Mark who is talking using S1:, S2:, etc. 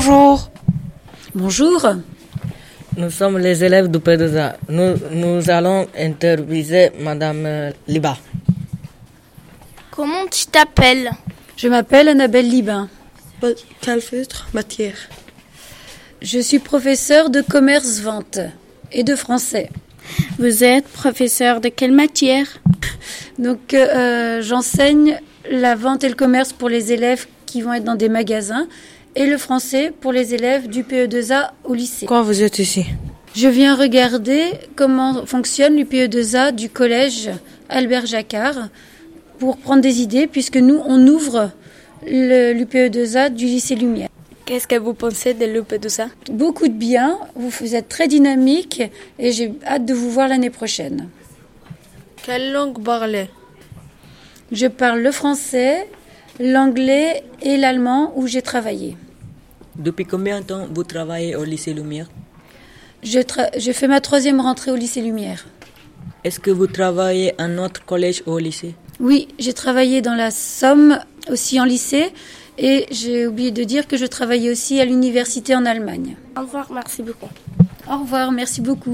S1: Bonjour,
S2: Bonjour.
S3: Nous sommes les élèves du P2A. Nous, nous allons interviewer Madame euh, Liba.
S4: Comment tu t'appelles
S2: Je m'appelle Annabelle Libin.
S5: Calfeutre, matière.
S2: Je suis professeure de commerce vente et de français.
S6: Vous êtes professeur de quelle matière
S2: Donc euh, j'enseigne la vente et le commerce pour les élèves qui vont être dans des magasins et le français pour les élèves du PE2A au lycée.
S1: quand vous êtes ici
S2: Je viens regarder comment fonctionne l'UPE2A du collège Albert Jacquard pour prendre des idées puisque nous on ouvre l'UPE2A E du lycée Lumière.
S5: Qu'est-ce que vous pensez de l'UP2A
S2: beaucoup de bien, vous, vous êtes très dynamique et j'ai hâte de vous voir l'année prochaine.
S5: Quelle langue parler
S2: Je parle le français, l'anglais et l'allemand où j'ai travaillé.
S3: Depuis combien de temps vous travaillez au lycée Lumière
S2: Je, tra- je fais ma troisième rentrée au lycée Lumière.
S3: Est-ce que vous travaillez à notre collège ou au lycée
S2: Oui, j'ai travaillé dans la Somme, aussi en lycée, et j'ai oublié de dire que je travaillais aussi à l'université en Allemagne.
S4: Au revoir, merci beaucoup.
S2: Au revoir, merci beaucoup.